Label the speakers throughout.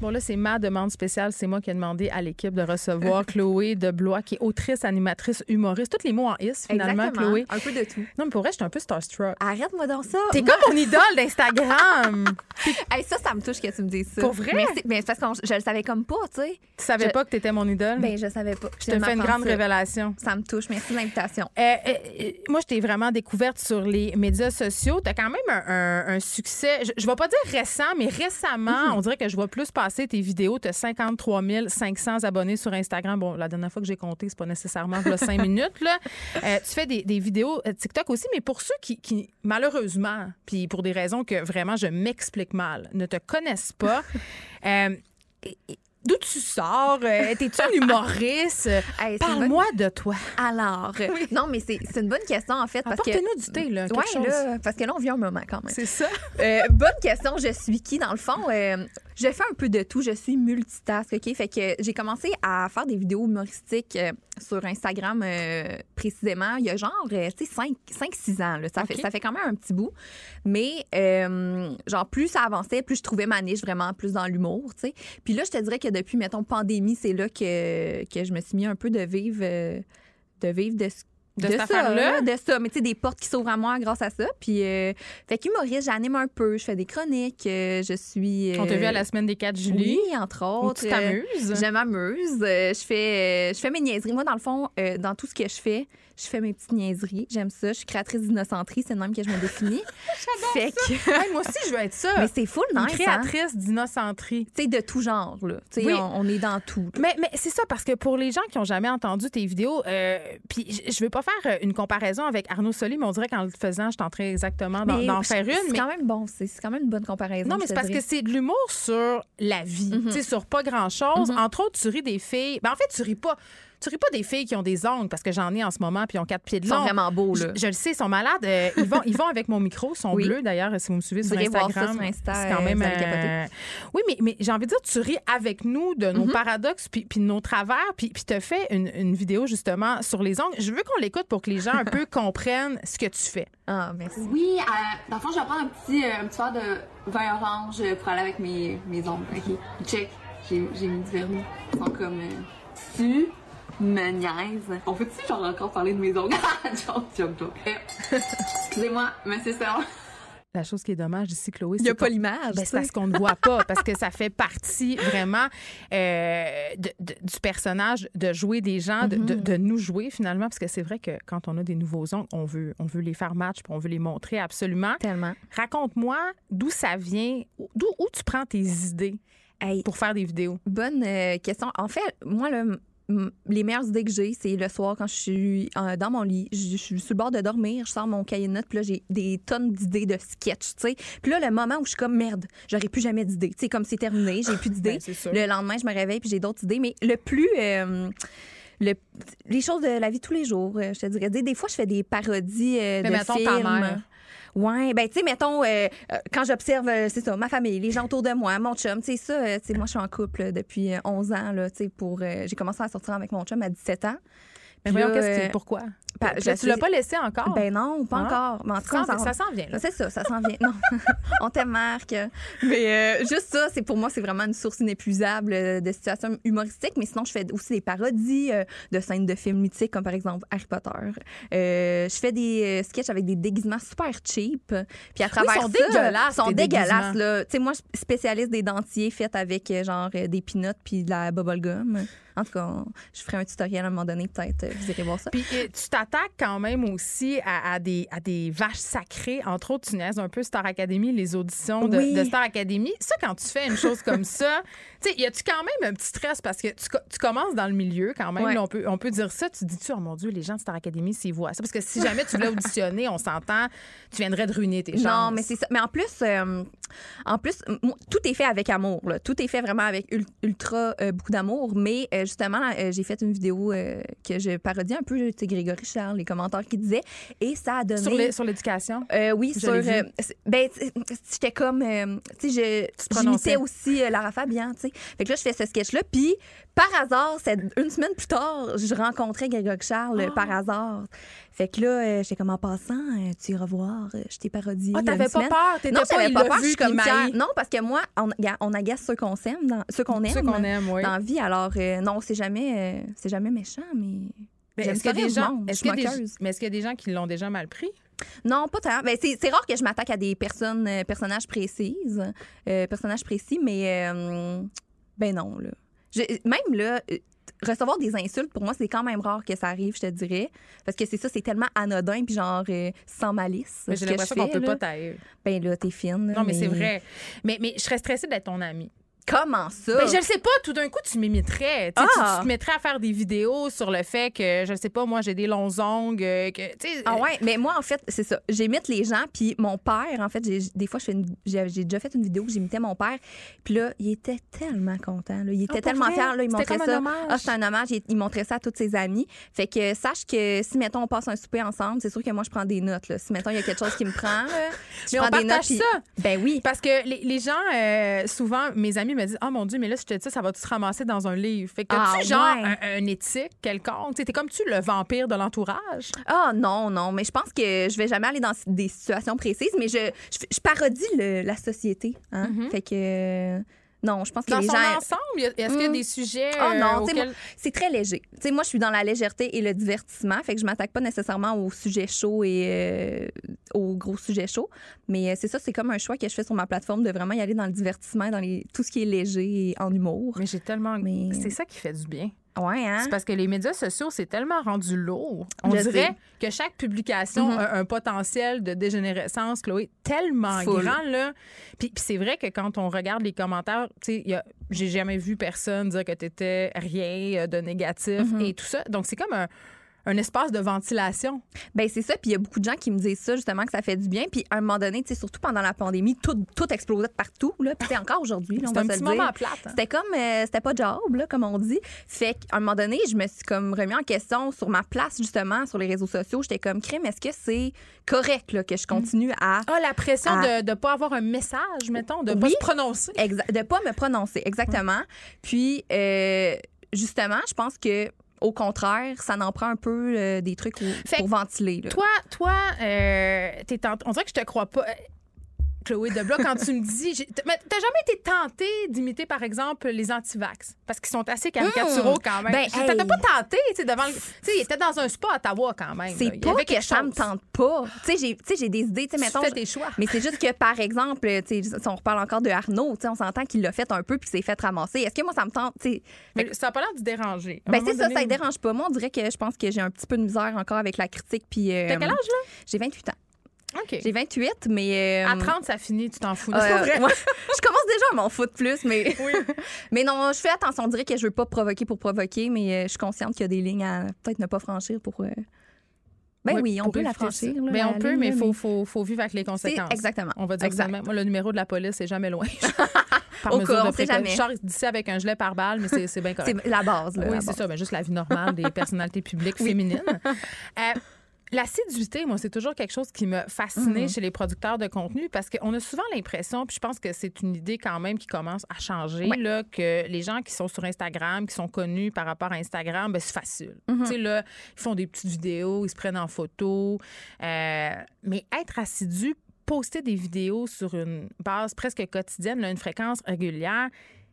Speaker 1: Bon, là, c'est ma demande spéciale. C'est moi qui ai demandé à l'équipe de recevoir Chloé de Blois, qui est autrice, animatrice, humoriste. Tous les mots en is, finalement,
Speaker 2: Exactement.
Speaker 1: Chloé.
Speaker 2: Un peu de tout.
Speaker 1: Non, mais pour vrai, j'étais un peu starstruck.
Speaker 2: Arrête-moi dans ça.
Speaker 1: T'es
Speaker 2: Moi-
Speaker 1: comme mon idole d'Instagram.
Speaker 2: Hey, ça, ça me touche que tu me dises ça.
Speaker 1: Pour vrai?
Speaker 2: Merci. Mais c'est parce que on- je le savais comme pas, tu sais.
Speaker 1: tu savais
Speaker 2: Je-
Speaker 1: pas que t'étais mon idole?
Speaker 2: Ben, je savais pas.
Speaker 1: Mm. je te fais une grande révélation.
Speaker 2: Ça me touche. Merci de l'invitation.
Speaker 1: Euh, euh, euh, moi, je t'ai vraiment découverte sur les médias sociaux. T'as quand même un, un- un succès. Je, je vais pas dire récent, mais
Speaker 2: Mhm.
Speaker 1: récemment, on dirait que je vois plus passer tes vidéos. T'as 53 500 abonnés sur Instagram. Bon, la dernière fois que j'ai compté, c'est pas nécessairement là, 5 minutes. Là. Euh, tu fais des, des vidéos euh, TikTok aussi, mais pour ceux qui, qui, malheureusement, puis pour des raisons que vraiment je m'explique mal, ne te connaissent pas, euh, et- et- d'où tu sors? Euh, T'es-tu un humoriste?
Speaker 2: Hey, c'est une bonne-
Speaker 1: Parle-moi de toi.
Speaker 2: Alors, euh, non, mais c'est c'est une bonne question, en fait. parce que
Speaker 1: Apporte-nous du thé, là, quelque
Speaker 2: Ouais,
Speaker 1: chose.
Speaker 2: là, parce que là, on vit un moment quand même.
Speaker 1: C'est ça.
Speaker 2: Euh, bonne question. Je suis qui, dans le fond? Euh, je fais un peu de tout. Je suis multitask, OK? Fait que j'ai commencé à faire des vidéos humoristiques euh, sur Instagram euh, précisément il y a genre, euh, tu sais, 5-6 ans. là. Ça,
Speaker 1: OK.
Speaker 2: fait, ça fait quand même un petit bout. Mais, euh, genre, plus ça avançait, plus je trouvais ma niche vraiment plus dans l'humour, tu sais. Puis là, je te dirais que depuis, mettons, pandémie, c'est là que, que je me suis mis un peu de vivre, euh, de, vivre de ce
Speaker 1: De cette
Speaker 2: ça,
Speaker 1: affaire-là?
Speaker 2: de ça, mais tu sais, des portes qui s'ouvrent à moi grâce à ça. Puis, euh, fait qu'humoriste, j'anime un peu, je fais des chroniques, euh, je suis.
Speaker 1: On t'a
Speaker 2: euh,
Speaker 1: vu à la semaine des 4 Julie.
Speaker 2: Oui, entre
Speaker 1: où
Speaker 2: autres.
Speaker 1: tu
Speaker 2: Euh,
Speaker 1: t'amuses.
Speaker 2: Je m'amuse. Euh, Je fais, euh, je fais mes niaiseries. Moi, dans le fond, euh, dans tout ce que je fais, je fais mes petites niaiseries. J'aime ça. Je suis créatrice d'innocenterie. C'est le même que je me définis. fait que...
Speaker 1: Hey, moi aussi, je veux être ça.
Speaker 2: Mais c'est full
Speaker 1: Une
Speaker 2: nice, hein?
Speaker 1: créatrice d'innocenterie.
Speaker 2: Tu sais, de tout genre, là. Tu sais,
Speaker 1: Oui.
Speaker 2: on, on est dans tout. là.
Speaker 1: Mais, mais c'est ça, parce que pour les gens qui n'ont jamais entendu tes vidéos, euh, puis je- je veux pas faire euh, une comparaison avec Arnaud Soli, mais on dirait qu'en le faisant, je tenterais exactement d'en
Speaker 2: Mais
Speaker 1: d'en
Speaker 2: je-
Speaker 1: faire une.
Speaker 2: C'est
Speaker 1: mais-
Speaker 2: quand même bon. C'est c'est quand même une bonne comparaison.
Speaker 1: Non, mais
Speaker 2: je
Speaker 1: c'est
Speaker 2: te
Speaker 1: parce que
Speaker 2: dirais.
Speaker 1: c'est de l'humour sur la vie,
Speaker 2: Mhm.
Speaker 1: tu sais, sur pas grand-chose. Entre autres, tu ris des filles. Ben, en fait, tu ris pas. Tu ris pas des filles qui ont des ongles, parce que j'en ai en ce moment, puis ils ont quatre pieds de
Speaker 2: Ils
Speaker 1: long.
Speaker 2: sont vraiment beaux, là.
Speaker 1: Je, je le sais, ils sont malades. Euh, ils, vont, ils vont avec mon micro, ils sont
Speaker 2: Oui.
Speaker 1: bleus d'ailleurs, si vous me suivez sur
Speaker 2: Vous irez voir
Speaker 1: Instagram.
Speaker 2: ça sur Insta,
Speaker 1: c'est quand
Speaker 2: euh,
Speaker 1: même.
Speaker 2: vous allez capoter.
Speaker 1: euh, Oui, mais, mais j'ai envie de dire, tu ris avec nous de
Speaker 2: Mhm.
Speaker 1: nos paradoxes puis, puis de nos travers, puis, puis te fais une, une vidéo justement sur les ongles. Je veux qu'on l'écoute pour que les gens un peu comprennent ce que tu fais.
Speaker 2: Ah, merci.
Speaker 3: Oui, euh, dans le fond, je vais prendre un petit, euh, un petit verre de vin orange pour aller avec mes, mes ongles. Ok, check. J'ai j'ai mis du vernis. Ils sont comme. euh, tu me niaises. On peut-tu, genre, encore parler de mes ongles? joke, joke, joke. Euh, Excusez-moi, monsieur Salon.
Speaker 1: La chose qui est dommage ici, Chloé,
Speaker 2: Il n'y a
Speaker 1: c'est qu'on-
Speaker 2: pas l'image.
Speaker 1: Ben,
Speaker 2: tu
Speaker 1: c'est
Speaker 2: sais.
Speaker 1: parce qu'on ne voit pas, parce que ça fait partie vraiment euh, de- de- du personnage de jouer des gens, de, de- de nous jouer finalement, parce que c'est vrai que quand on a des nouveaux ongles, on veut, on veut les faire match, puis on veut les montrer absolument.
Speaker 2: Tellement.
Speaker 1: Raconte-moi d'où ça vient, d'où où tu prends tes idées
Speaker 2: Hey,
Speaker 1: pour faire des vidéos.
Speaker 2: Bonne euh, question. En fait, moi, là, m- m- les meilleures idées que j'ai, c'est le soir quand je suis euh, dans mon lit, je, je suis sur le bord de dormir, je sors mon cahier de notes, puis là, j'ai des tonnes d'idées de sketch, tu sais. Puis là, le moment où je suis comme, merde, j'aurais plus jamais d'idées. Tu sais, comme c'est terminé, j'ai plus d'idées.
Speaker 1: Ben, c'est sûr.
Speaker 2: le lendemain, je me réveille, puis j'ai d'autres idées. Mais le plus... euh, le- les choses de la vie de tous les jours, euh, je te dirais. Des, des fois, je fais des parodies euh,
Speaker 1: Mais
Speaker 2: de
Speaker 1: mettons ta
Speaker 2: films.
Speaker 1: mère.
Speaker 2: Ouais, ben tu sais, mettons, euh, euh, quand j'observe, euh, c'est ça, ma famille, les gens autour de moi, mon chum, tu sais, ça, euh, tu sais, moi, je suis en couple euh, depuis euh, 11 ans, là, tu sais, pour, euh, j'ai commencé à sortir avec mon chum à 17 ans.
Speaker 1: Mais
Speaker 2: Puis
Speaker 1: voyons,
Speaker 2: là,
Speaker 1: qu'est-ce
Speaker 2: euh,
Speaker 1: qui, pourquoi?
Speaker 2: pa-
Speaker 1: Puis
Speaker 2: je
Speaker 1: là, tu l'as
Speaker 2: suis-
Speaker 1: pas laissé encore?
Speaker 2: Ben non,
Speaker 1: Ah.
Speaker 2: pas encore. Mais en tout cas,
Speaker 1: ça,
Speaker 2: on s'en-
Speaker 1: ça s'en vient. là.
Speaker 2: c'est ça, ça s'en vient. Non, on t'aime, Marc. Mais euh, juste ça, c'est pour moi, c'est vraiment une source inépuisable euh, de situations humoristiques. Mais sinon, je fais aussi des parodies euh, de scènes de films mythiques, comme par exemple Harry Potter. Euh, je fais des euh, sketchs avec des déguisements super cheap. Puis à travers
Speaker 1: sont
Speaker 2: ça,
Speaker 1: dégueulasses,
Speaker 2: sont
Speaker 1: tes
Speaker 2: dégueulasses.
Speaker 1: déguisements.
Speaker 2: Là, tu sais, moi, je suis spécialiste des dentiers faits avec euh, genre euh, des peanuts puis de la bubble gum. En tout cas, on- je ferai un tutoriel à un moment donné, peut-être. euh, Vous irez voir ça.
Speaker 1: Puis euh, tu t'attaques quand même aussi à, à des, à des vaches sacrées. Entre autres, tu niaises un peu Star Academy, les auditions de,
Speaker 2: Oui.
Speaker 1: de Star Academy. Ça, quand tu fais une chose comme ça, tu sais, y a-tu quand même un petit stress parce que tu, co- tu commences dans le milieu quand même.
Speaker 2: Ouais.
Speaker 1: là, on, peut, on peut dire ça. Tu te dis-tu, oh mon Dieu, les gens de Star Academy, s'ils voient ça. Parce que si jamais tu voulais auditionner, on s'entend, tu viendrais de ruiner tes chances.
Speaker 2: Non, mais c'est ça. Mais en plus, euh, en plus, m- moi, tout est fait avec amour. là. Tout est fait vraiment avec ul- ultra euh, beaucoup d'amour. Mais euh, justement, euh, j'ai fait une vidéo euh, que je parodie un peu, tu sais, Grégory Charles, les commentaires qu'il disait, et ça a donné.
Speaker 1: Sur les- sur l'éducation.
Speaker 2: Euh, oui,
Speaker 1: Je
Speaker 2: sur.
Speaker 1: l'ai vu.
Speaker 2: euh, c'est- ben, c'est- j'étais comme. euh, tu sais,
Speaker 1: Tu te
Speaker 2: je.
Speaker 1: prononçais.
Speaker 2: J'imitais aussi euh, Lara Fabian, tu sais. Fait que là, je fais ce sketch-là. Puis, par hasard, c'est une semaine plus tard, je rencontrais Grégory Charles,
Speaker 1: Ah!
Speaker 2: euh, par hasard. Fait que là, euh, j'étais comme en passant, euh, tu iras voir, euh, je t'ai parodié.
Speaker 1: Ah,
Speaker 2: il y a
Speaker 1: t'avais
Speaker 2: une
Speaker 1: pas
Speaker 2: semaine.
Speaker 1: peur. T'étais
Speaker 2: Non,
Speaker 1: pas,
Speaker 2: j'avais
Speaker 1: il
Speaker 2: pas
Speaker 1: l'a
Speaker 2: peur, je
Speaker 1: vu,
Speaker 2: suis comme
Speaker 1: il
Speaker 2: fière.
Speaker 1: m'haït.
Speaker 2: Non, parce que moi, on, aga- on agace ceux qu'on s'aime, dans, ceux qu'on aime.
Speaker 1: Ceux qu'on aime, oui.
Speaker 2: Dans la vie, alors euh, non, c'est jamais, euh, c'est jamais méchant, mais
Speaker 1: Mais
Speaker 2: J'aime
Speaker 1: est-ce qu'il y a
Speaker 2: ça
Speaker 1: des
Speaker 2: rire du
Speaker 1: gens,
Speaker 2: monde,
Speaker 1: est-ce
Speaker 2: je suis
Speaker 1: qu'il y a des-
Speaker 2: moqueuse.
Speaker 1: mais est-ce qu'il y a des gens qui l'ont déjà mal pris?
Speaker 2: Non, pas tant. Ben, c'est, c'est rare que je m'attaque à des personnes, euh, personnages précises, euh, personnages précis, mais euh, ben non là. Je- même là, euh, recevoir des insultes pour moi c'est quand même rare que ça arrive, je te dirais, parce que c'est ça, c'est tellement anodin puis genre euh, sans malice.
Speaker 1: Mais
Speaker 2: ce
Speaker 1: J'ai
Speaker 2: que
Speaker 1: l'impression
Speaker 2: je
Speaker 1: qu'on
Speaker 2: fais,
Speaker 1: peut
Speaker 2: là.
Speaker 1: pas taire.
Speaker 2: Ben là, t'es fine. là,
Speaker 1: Non, mais c'est vrai. Mais, mais je serais stressée d'être ton amie.
Speaker 2: Comment ça
Speaker 1: Ben, je le sais pas, tout d'un coup, tu m'imiterais. Tu sais, tu-
Speaker 2: Ah!
Speaker 1: Tu te mettrais à faire des vidéos sur le fait que, je le sais pas, moi, j'ai des longs ongles. euh, Que, tu sais,
Speaker 2: Ah ouais, mais moi en fait, c'est ça. J'imite les gens puis mon père en fait, j'ai- des fois je fais une- j'ai j'ai déjà fait une vidéo où j'imitais mon père. Puis là, il était tellement content, là. il était
Speaker 1: Ah, pour
Speaker 2: tellement
Speaker 1: vrai?
Speaker 2: fier là, il
Speaker 1: C'était
Speaker 2: montrait
Speaker 1: comme un
Speaker 2: ça.
Speaker 1: hommage.
Speaker 2: Ah, c'est un hommage, il, il montrait ça à tous ses amis. Fait que sache que si mettons on passe un souper ensemble, c'est sûr que moi je prends des notes là. Si mettons il y a quelque chose qui me prend, là, je
Speaker 1: Mais on
Speaker 2: prends des notes.
Speaker 1: partage
Speaker 2: puis-
Speaker 1: ça.
Speaker 2: Ben oui.
Speaker 1: Parce que les, les gens, euh, souvent, mes amis me disent Ah mon Dieu, mais là, si je te dis ça, ça va tout se ramasser dans un livre. Fait que
Speaker 2: Ah,
Speaker 1: tu genre
Speaker 2: ouais.
Speaker 1: un, un éthique quelconque? Tu sais, T'es comme tu le vampire de l'entourage.
Speaker 2: Ah non, non, mais je pense que je vais jamais aller dans des situations précises, mais je, je, je parodie le- la société. Hein? Fait que euh, non, je pense que
Speaker 1: Mm-hmm. Dans
Speaker 2: les
Speaker 1: son
Speaker 2: gens
Speaker 1: ensemble, y a- est-ce qu'il y a
Speaker 2: Mm.
Speaker 1: des sujets.
Speaker 2: Oh
Speaker 1: euh,
Speaker 2: non, tu sais,
Speaker 1: auxquels-
Speaker 2: moi, c'est très léger. Tu sais, moi, je suis dans la légèreté et le divertissement, fait que je m'attaque pas nécessairement aux sujets chauds et euh, aux gros sujets chauds. Mais euh, c'est ça, c'est comme un choix que je fais sur ma plateforme de vraiment y aller dans le divertissement, dans les, tout ce qui est léger et en humour.
Speaker 1: Mais j'ai tellement.
Speaker 2: Mais-
Speaker 1: C'est ça qui fait du bien.
Speaker 2: Ouais, hein?
Speaker 1: C'est parce que les médias sociaux, c'est tellement rendu lourd. On
Speaker 2: Je
Speaker 1: dirait
Speaker 2: sais.
Speaker 1: que chaque publication a un potentiel de dégénérescence, Chloé, tellement
Speaker 2: Full.
Speaker 1: grand, là. Puis, puis c'est vrai que quand on regarde les commentaires, tu sais, il y a- j'ai jamais vu personne dire que t'étais rien euh, de négatif et tout ça. Donc, c'est comme un, un espace de ventilation.
Speaker 2: Ben c'est ça, puis il y a beaucoup de gens qui me disent ça justement que ça fait du bien, puis à un moment donné, tu sais surtout pendant la pandémie, tout tout explosait de partout là, puis c'est encore aujourd'hui, là, on
Speaker 1: C'est
Speaker 2: va
Speaker 1: un
Speaker 2: se
Speaker 1: petit
Speaker 2: le dire.
Speaker 1: moment plate. hein.
Speaker 2: C'était comme euh, c'était pas job là, comme on dit. Fait qu'à un moment donné, je me suis comme remis en question sur ma place justement sur les réseaux sociaux. J'étais comme crime. Est-ce que c'est correct là, que je continue à
Speaker 1: Ah, la pression
Speaker 2: Ah.
Speaker 1: de ne pas avoir un message, mettons, de ne pas
Speaker 2: Oui.
Speaker 1: se prononcer.
Speaker 2: Exa- de pas me prononcer exactement. Puis euh, justement, je pense que au contraire, ça n'en prend un peu euh, des trucs où-
Speaker 1: Fait
Speaker 2: pour ventiler. là.
Speaker 1: Toi, toi, euh, t'es tent- on dirait que je te crois pas. Euh, Chloé Deblat, quand tu me dis. j'ai- t- Mais t'as jamais été tentée d'imiter, par exemple, les antivax? Parce qu'ils sont assez caricaturaux quand même.
Speaker 2: Ben,
Speaker 1: Je- T'as t'as
Speaker 2: hey.
Speaker 1: pas tenté, tu sais, devant le. Tu sais, ils étaient dans un spa à Ottawa quand même. là.
Speaker 2: C'est
Speaker 1: Il y
Speaker 2: pas
Speaker 1: avait
Speaker 2: que
Speaker 1: quelque
Speaker 2: ça me
Speaker 1: chose.
Speaker 2: tente pas. Tu sais, j'ai- tu sais, j'ai des idées. Tu sais,
Speaker 1: Tu
Speaker 2: mettons,
Speaker 1: fais
Speaker 2: je-
Speaker 1: des choix.
Speaker 2: Mais c'est juste que, par exemple, tu sais, si on reparle encore de Arnaud, tu sais, on s'entend qu'il l'a fait un peu puis s'est fait ramasser. Est-ce que moi, ça me tente? tu sais,
Speaker 1: Mais ça a pas l'air de déranger. À un
Speaker 2: Ben
Speaker 1: moment
Speaker 2: c'est ça,
Speaker 1: donné,
Speaker 2: ça ne dérange pas. Moi, on dirait que je pense que j'ai un petit peu de misère encore avec la critique. Puis, euh,
Speaker 1: T'as quel âge, là?
Speaker 2: J'ai 28 ans.
Speaker 1: OK.
Speaker 2: J'ai 28, mais... euh,
Speaker 1: À 30, ça finit, tu t'en fous.
Speaker 2: euh,
Speaker 1: C'est pas vrai.
Speaker 2: ouais, je commence déjà à m'en foutre plus, mais... mais non, je fais attention. On dirait que je veux pas provoquer pour provoquer, mais euh, je suis consciente qu'il y a des lignes à peut-être ne pas franchir pour... euh, Ben
Speaker 1: Ouais,
Speaker 2: oui, on
Speaker 1: pour
Speaker 2: peut la
Speaker 1: éviter ça.
Speaker 2: franchir. là,
Speaker 1: Ben,
Speaker 2: la
Speaker 1: on peut,
Speaker 2: ligne,
Speaker 1: mais
Speaker 2: là,
Speaker 1: il faut, faut, faut vivre avec les
Speaker 2: C'est-
Speaker 1: conséquences.
Speaker 2: Exactement.
Speaker 1: On va dire
Speaker 2: Exact.
Speaker 1: exactement. Moi, le numéro de la police, c'est jamais loin. Par
Speaker 2: Au
Speaker 1: mesure
Speaker 2: cas,
Speaker 1: de
Speaker 2: on sait
Speaker 1: précaution.
Speaker 2: jamais.
Speaker 1: Charles d'ici avec un gilet par balle, mais c'est- c'est bien correct.
Speaker 2: C'est la base, là,
Speaker 1: oui,
Speaker 2: la
Speaker 1: c'est
Speaker 2: base.
Speaker 1: ça. ben, juste la vie normale des personnalités publiques féminines. Euh, L'assiduité, moi, c'est toujours quelque chose qui me fascinait
Speaker 2: Mm.
Speaker 1: chez les producteurs de contenu parce qu'on a souvent l'impression, puis je pense que c'est une idée quand même qui commence à changer,
Speaker 2: Ouais.
Speaker 1: là, que les gens qui sont sur Instagram, qui sont connus par rapport à Instagram, ben, c'est facile.
Speaker 2: Mm-hmm.
Speaker 1: Tu sais, là, ils font des petites vidéos, ils se prennent en photo. Euh, mais être assidu, poster des vidéos sur une base presque quotidienne, là, une fréquence régulière,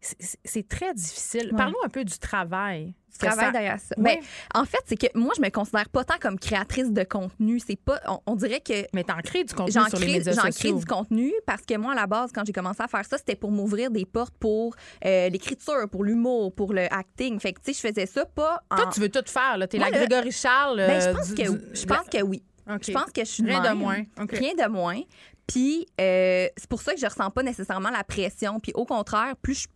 Speaker 1: c'est- c'est très difficile.
Speaker 2: Ouais.
Speaker 1: Parlons un peu du travail.
Speaker 2: Je travaille
Speaker 1: Ça-
Speaker 2: derrière ça.
Speaker 1: Oui.
Speaker 2: Ben, en fait, c'est que moi, je me considère pas tant comme créatrice de contenu. C'est pas, on- on dirait que
Speaker 1: Mais t'en crées du contenu
Speaker 2: J'en
Speaker 1: sur les
Speaker 2: crée,
Speaker 1: médias
Speaker 2: j'en crée
Speaker 1: sociaux.
Speaker 2: du contenu parce que moi, à la base, quand j'ai commencé à faire ça, c'était pour m'ouvrir des portes pour euh, l'écriture, pour l'humour, pour le acting. Fait que, tu sais, je faisais ça pas en.
Speaker 1: Toi, tu veux tout faire. là. T'es
Speaker 2: Ah. Moi,
Speaker 1: la
Speaker 2: là,
Speaker 1: Grégory Charles.
Speaker 2: Ben, je
Speaker 1: euh,
Speaker 2: pense,
Speaker 1: du-
Speaker 2: que,
Speaker 1: du-
Speaker 2: je pense que oui.
Speaker 1: la- OK.
Speaker 2: Je pense que je suis
Speaker 1: Rien de
Speaker 2: même.
Speaker 1: moins. OK.
Speaker 2: Rien de moins. Puis, euh, c'est pour ça que je ressens pas nécessairement la pression. Puis, au contraire, plus je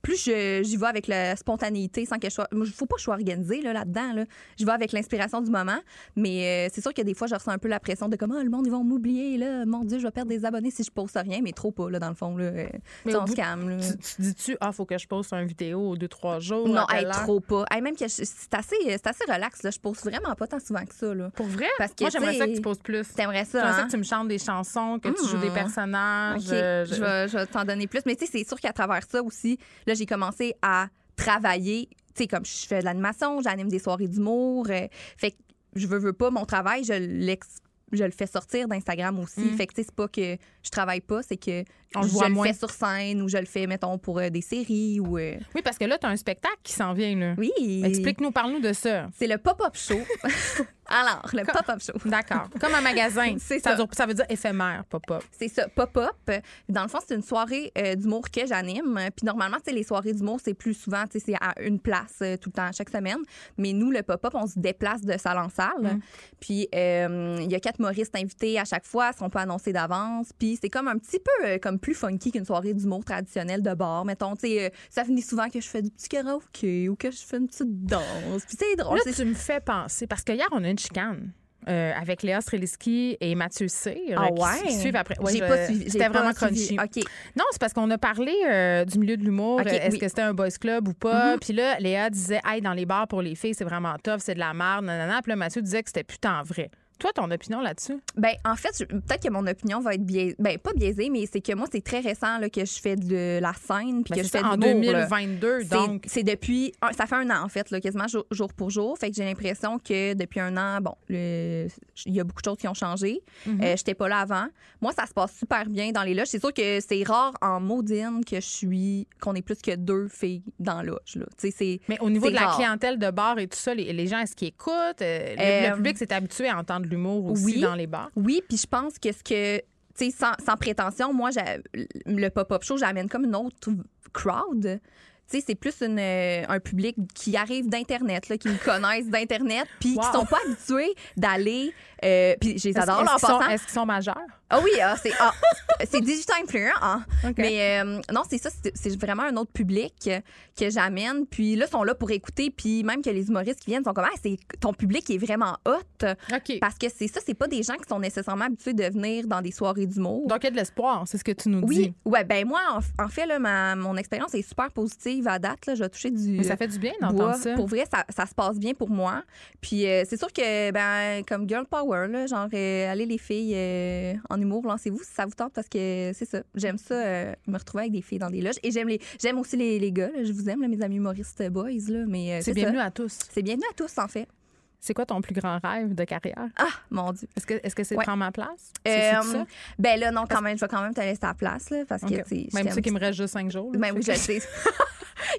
Speaker 2: plus je- j'y vais avec la spontanéité, sans que je sois. moi, Faut pas que je sois organisée là, là-dedans. Là Je vais avec l'inspiration du moment. Mais euh, c'est sûr que des fois, je ressens un peu la pression de comment Ah, le monde, ils vont m'oublier. là. Mon Dieu, je vais perdre des abonnés si je pose rien, mais trop pas, là, dans le fond. Là. Euh,
Speaker 1: Mais
Speaker 2: tu sais,
Speaker 1: au
Speaker 2: on
Speaker 1: bout-
Speaker 2: se calme. là.
Speaker 1: Tu, tu dis-tu, ah, faut que je poste une vidéo aux deux, trois jours?
Speaker 2: Non,
Speaker 1: à
Speaker 2: hey,
Speaker 1: telle heure?
Speaker 2: trop pas. Hey, même que je- c'est assez, c'est assez relax. Là. Je pose vraiment pas tant souvent que ça. Là.
Speaker 1: Pour vrai?
Speaker 2: Parce que,
Speaker 1: Ah, Moi, j'aimerais
Speaker 2: tu
Speaker 1: ça
Speaker 2: sais,
Speaker 1: que tu poses plus.
Speaker 2: T'aimerais ça,
Speaker 1: J'aimerais ça
Speaker 2: hein? Mmh.
Speaker 1: que tu me chantes des chansons, que tu joues des personnages.
Speaker 2: OK,
Speaker 1: euh,
Speaker 2: je vais, je vais t'en donner plus. Mais tu sais, c'est sûr qu'à travers ça aussi, là, j'ai commencé à travailler. Tu sais, comme je fais de l'animation, j'anime des soirées d'humour. euh, fait que je veux, veux pas, mon travail, je l'ex- je le fais sortir d'Instagram aussi. Fait que, tu sais, c'est pas que je travaille pas, c'est que
Speaker 1: Mm. On le
Speaker 2: je
Speaker 1: voit
Speaker 2: le
Speaker 1: moins.
Speaker 2: fais sur scène ou je le fais, mettons, pour euh, des séries ou... euh,
Speaker 1: Oui, parce que là, tu as un spectacle qui s'en vient. Là.
Speaker 2: Oui.
Speaker 1: Explique-nous, parle-nous de ça.
Speaker 2: C'est le pop-up show. Alors, le pop-up show.
Speaker 1: D'accord. Comme un magasin.
Speaker 2: C'est
Speaker 1: ça.
Speaker 2: ça.
Speaker 1: dure- ça veut dire éphémère, pop-up.
Speaker 2: C'est ça, pop-up. Dans le fond, c'est une soirée euh, d'humour que j'anime. Puis normalement, tu sais, les soirées d'humour, c'est plus souvent, tu sais, c'est à une place euh, tout le temps, chaque semaine. Mais nous, le pop-up, on se déplace de salle en salle.
Speaker 1: Hum.
Speaker 2: Puis euh, il y a quatre moristes invités à chaque fois, sont pas annoncés d'avance. Puis c'est comme un petit peu euh, comme plus funky qu'une soirée d'humour traditionnelle de bar. Mettons, tu sais, euh, ça finit souvent que je fais du petit karaoké ou que je fais une petite danse. Puis c'est drôle.
Speaker 1: Là,
Speaker 2: c'est-
Speaker 1: tu me fais penser, parce que hier, on a une chicane. euh, avec Léa Streliski et Mathieu Cyr
Speaker 2: Ah
Speaker 1: euh, qui s- qui,
Speaker 2: ouais?
Speaker 1: suivent après. Ouais,
Speaker 2: J'ai
Speaker 1: je-
Speaker 2: pas suivi. j'ai
Speaker 1: C'était
Speaker 2: pas
Speaker 1: vraiment
Speaker 2: suivi.
Speaker 1: crunchy.
Speaker 2: OK.
Speaker 1: Non, c'est parce qu'on a parlé euh, du milieu de l'humour.
Speaker 2: Ok,
Speaker 1: euh, Est-ce
Speaker 2: oui. Mm-hmm.
Speaker 1: que c'était un boys club ou pas? Puis là, Léa disait, hey, dans les bars pour les filles, c'est vraiment tough, c'est de la merde, nanana. Puis là, Mathieu disait que c'était putain vrai. Toi, ton opinion là-dessus?
Speaker 2: Ben, en fait, je- peut-être que mon opinion va être biaisée. Ben, pas biaisée, mais c'est que moi, c'est très récent là, que je fais de la scène puis
Speaker 1: Ben,
Speaker 2: que je
Speaker 1: c'est
Speaker 2: fais
Speaker 1: ça,
Speaker 2: de
Speaker 1: en
Speaker 2: l'humour, là.
Speaker 1: 2022,
Speaker 2: C'est-
Speaker 1: donc.
Speaker 2: C'est depuis. un- Ça fait un an, en fait, là, quasiment jour, jour pour jour. Fait que j'ai l'impression que depuis un an, bon, le- il y a beaucoup de choses qui ont changé.
Speaker 1: Mm-hmm.
Speaker 2: Euh, J'étais pas là avant. Moi, ça se passe super bien dans les loges. C'est sûr que c'est rare en maudine que je suis. qu'on est plus que deux filles dans la loge, là. Tu sais, c'est.
Speaker 1: Mais au niveau
Speaker 2: c'est
Speaker 1: de la
Speaker 2: rare.
Speaker 1: clientèle de bar et tout ça, les, les gens, est-ce qu'ils écoutent? Euh, le- le,
Speaker 2: Euh,
Speaker 1: public s'est habitué à entendre l'humour aussi
Speaker 2: oui.
Speaker 1: dans les bars.
Speaker 2: Oui, puis je pense que ce que, tu sais, sans, sans prétention, moi, j'a- le pop-up show, j'amène comme une autre crowd. Tu sais, c'est plus une, euh, un public qui arrive d'Internet, là, qui me connaissent d'Internet, puis
Speaker 1: Wow.
Speaker 2: qui sont pas habitués d'aller. euh, puis je les adore, là,
Speaker 1: Est-ce
Speaker 2: en
Speaker 1: qu'ils sont,
Speaker 2: passant.
Speaker 1: est-ce qu'ils sont majeurs?
Speaker 2: Ah oui, ah, c'est ah, c'est digital influent. hein.
Speaker 1: OK.
Speaker 2: Mais euh, non, c'est ça, c'est- c'est vraiment un autre public euh, que j'amène. Puis là, ils sont là pour écouter, puis même que les humoristes qui viennent sont comme, ah, c'est ton public est vraiment hot.
Speaker 1: OK.
Speaker 2: Parce que c'est ça, c'est pas des gens qui sont nécessairement habitués de venir dans des soirées d'humour.
Speaker 1: Donc, il y a de l'espoir, c'est ce que tu nous
Speaker 2: oui,
Speaker 1: dis.
Speaker 2: ouais, ben moi, en, en fait, là, ma, mon expérience est super positive à date. Là, je vais toucher du.
Speaker 1: Mais ça fait du bien
Speaker 2: bois.
Speaker 1: d'entendre ça.
Speaker 2: Pour vrai, ça, ça se passe bien pour moi. Puis euh, c'est sûr que, ben, comme Girl Power, là, genre, euh, allez les filles euh, en humour, lancez-vous si ça vous tente parce que c'est ça. J'aime ça, euh, me retrouver avec des filles dans des loges. Et j'aime les, j'aime aussi les, les gars, là. je vous aime, là, mes amis humoristes boys, là, mais euh,
Speaker 1: C'est
Speaker 2: c'est
Speaker 1: bienvenu
Speaker 2: ça.
Speaker 1: à tous.
Speaker 2: C'est bienvenu à tous, en fait.
Speaker 1: C'est quoi ton plus grand rêve de carrière?
Speaker 2: Ah, mon Dieu.
Speaker 1: Est-ce que est-ce que c'est
Speaker 2: Ouais.
Speaker 1: prendre ma place?
Speaker 2: Euh,
Speaker 1: C'est-tu ça?
Speaker 2: Ben là, non, quand même, je vais quand même te laisser ta place, là, parce que,
Speaker 1: Ok.
Speaker 2: tu sais, je
Speaker 1: Même
Speaker 2: t'aime.
Speaker 1: si qu'il me reste juste cinq jours. là,
Speaker 2: Ben oui, je
Speaker 1: fait
Speaker 2: le
Speaker 1: que-
Speaker 2: sais.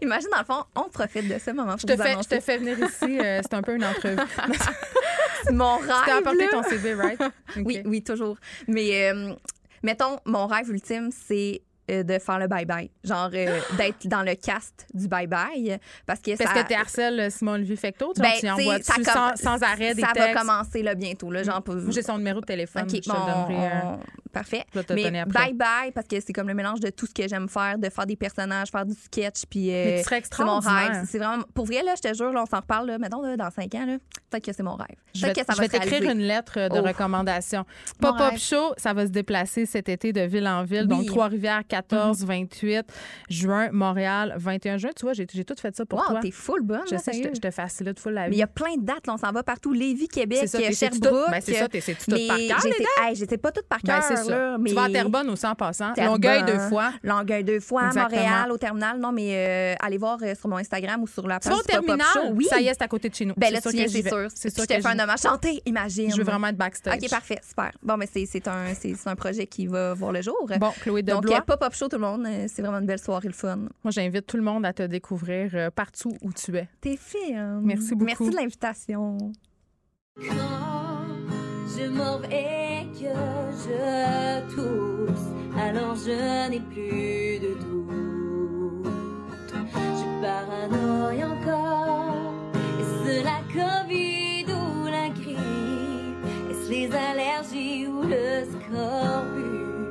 Speaker 2: Imagine, dans le fond, on profite de ce moment pour
Speaker 1: je te
Speaker 2: vous
Speaker 1: fais, je
Speaker 2: annoncer
Speaker 1: te fais venir ici. euh, c'est un peu une entrevue.
Speaker 2: mon
Speaker 1: T'as
Speaker 2: rêve.
Speaker 1: apporté
Speaker 2: là.
Speaker 1: ton CV, right? OK.
Speaker 2: Oui, oui, toujours. Mais euh, mettons, mon rêve ultime, c'est euh, de faire le bye-bye. Genre, euh, d'être dans le cast du bye-bye. Parce que
Speaker 1: Parce
Speaker 2: ça...
Speaker 1: que tu harcèles Simon-Olivier Fecteau. Tu,
Speaker 2: ben,
Speaker 1: tu
Speaker 2: tu sais,
Speaker 1: envoies
Speaker 2: ça
Speaker 1: dessus
Speaker 2: com-
Speaker 1: sans, sans arrêt des
Speaker 2: Ça va
Speaker 1: textes.
Speaker 2: commencer, là, bientôt, là, genre... Pour...
Speaker 1: Moi, J'ai son numéro de téléphone.
Speaker 2: OK,
Speaker 1: je te
Speaker 2: bon,
Speaker 1: le donnerai. euh,
Speaker 2: on- parfait.
Speaker 1: je vais te le donner
Speaker 2: Mais
Speaker 1: après.
Speaker 2: bye bye parce que c'est comme le mélange de tout ce que j'aime faire, de faire des personnages, faire du sketch, puis euh,
Speaker 1: Mais tu serais
Speaker 2: c'est mon
Speaker 1: extraordinaire.
Speaker 2: rêve. C'est vraiment pour vrai là, je te jure, là, on s'en reparle là, mettons là, dans cinq ans là, peut-être que c'est mon rêve.
Speaker 1: Je vais,
Speaker 2: Peut-être que ça
Speaker 1: je
Speaker 2: va
Speaker 1: vais
Speaker 2: se
Speaker 1: t'écrire
Speaker 2: réaliser.
Speaker 1: une lettre de
Speaker 2: Oh.
Speaker 1: recommandation.
Speaker 2: Mon
Speaker 1: Pop-up
Speaker 2: rêve.
Speaker 1: show, ça va se déplacer cet été de ville en ville.
Speaker 2: Oui. Mhm.
Speaker 1: Donc, Trois-Rivières, 14, 28 juin, Montréal, 21 juin. Tu vois, j'ai j'ai tout fait ça pour
Speaker 2: Wow,
Speaker 1: toi.
Speaker 2: t'es full bonne.
Speaker 1: Je
Speaker 2: là,
Speaker 1: sais, je
Speaker 2: sérieux.
Speaker 1: te, je te facilite full la
Speaker 2: Mais il
Speaker 1: vie.
Speaker 2: y a plein de dates, là, on s'en va partout. Lévis, Québec,
Speaker 1: C'est ça, t'es- c'est-tu
Speaker 2: Sherbrooke.
Speaker 1: tout- ben, c'est ça, t'es- c'est-tu tout
Speaker 2: Mais
Speaker 1: par cœur,
Speaker 2: j'ai-
Speaker 1: les
Speaker 2: hey, j'étais pas toutes par
Speaker 1: Ah, Ben,
Speaker 2: cœur.
Speaker 1: c'est ça.
Speaker 2: là, mais-
Speaker 1: Tu vas à Terrebonne aussi en passant.
Speaker 2: Terrebonne,
Speaker 1: Longueuil deux fois.
Speaker 2: Longueuil deux fois,
Speaker 1: Exactement.
Speaker 2: Montréal, au terminal. Non, mais euh, allez voir euh, sur mon Instagram ou sur la
Speaker 1: Tu
Speaker 2: page
Speaker 1: vas au
Speaker 2: du Pop-Up
Speaker 1: terminal,
Speaker 2: Show. Oui.
Speaker 1: ça y est, c'est à côté de chez nous.
Speaker 2: Ben
Speaker 1: C'est
Speaker 2: là,
Speaker 1: sûr
Speaker 2: tu
Speaker 1: que
Speaker 2: viens,
Speaker 1: j'y
Speaker 2: c'est
Speaker 1: vais.
Speaker 2: sûr.
Speaker 1: C'est sûr
Speaker 2: je te
Speaker 1: que
Speaker 2: fais un
Speaker 1: j'y-
Speaker 2: hommage chanté, imagine.
Speaker 1: je veux vraiment être backstage.
Speaker 2: OK, parfait, super. Bon, mais c'est c'est un, c'est c'est un projet qui va voir le jour.
Speaker 1: Bon, Chloé
Speaker 2: Donc,
Speaker 1: Deblois.
Speaker 2: euh, pop-up show, tout le monde, euh, c'est vraiment une belle soirée, le fun.
Speaker 1: Moi, j'invite tout le monde à te découvrir euh, partout où tu es.
Speaker 2: T'es film.
Speaker 1: Merci beaucoup.
Speaker 2: Merci de l'invitation.
Speaker 4: Quand je m'en vais et que je tousse, alors je n'ai plus de doute. Je paranoïe encore. Est-ce la Covid ou la grippe? Est-ce les allergies ou le scorbut?